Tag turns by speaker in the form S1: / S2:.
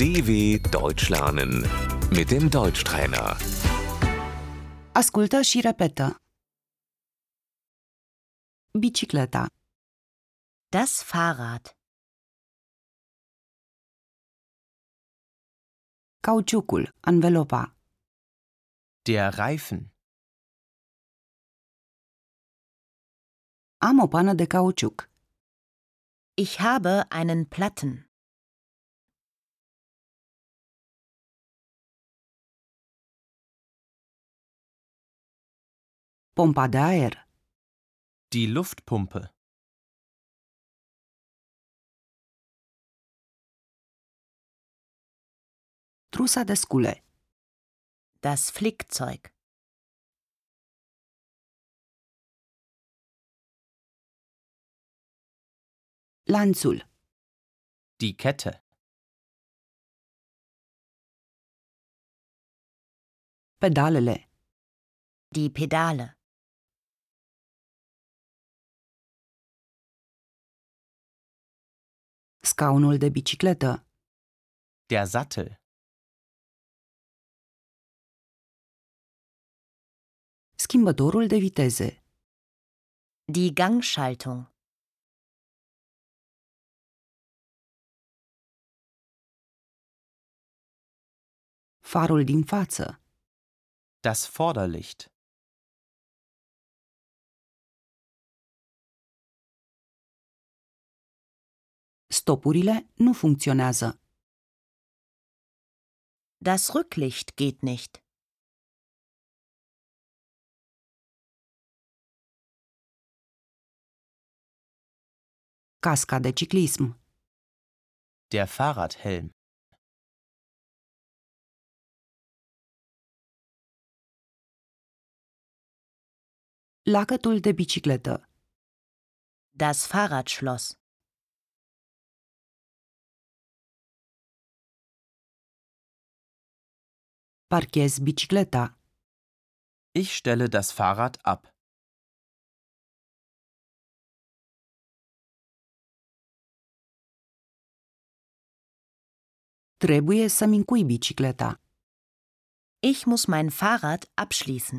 S1: DW Deutsch lernen mit dem Deutschtrainer.
S2: Ascultă și repetă. Bicicleta,
S3: Das Fahrrad,
S2: cauciucul, anvelopa,
S4: Der Reifen,
S2: am o pană de cauciuc,
S3: ich habe einen Platten,
S2: pompa de aer,
S4: die Luftpumpe,
S2: trusa de scule,
S3: das Flickzeug,
S2: lanțul,
S4: die Kette,
S2: pedalele,
S3: die Pedale,
S2: scaunul de bicicletă,
S4: der Sattel,
S2: schimbătorul de viteze,
S3: die Gangschaltung,
S2: farul din față,
S4: das Vorderlicht,
S2: stopurile nu funcționează,
S3: das Rücklicht geht nicht,
S2: casca de ciclism,
S4: der Fahrradhelm.
S2: lacătul de bicicletă,
S3: das Fahrradschloss,
S2: parchez bicicleta,
S4: Ich stelle das Fahrrad ab.
S2: trebuie să-mi încui bicicleta.
S3: ich muss mein Fahrrad abschließen.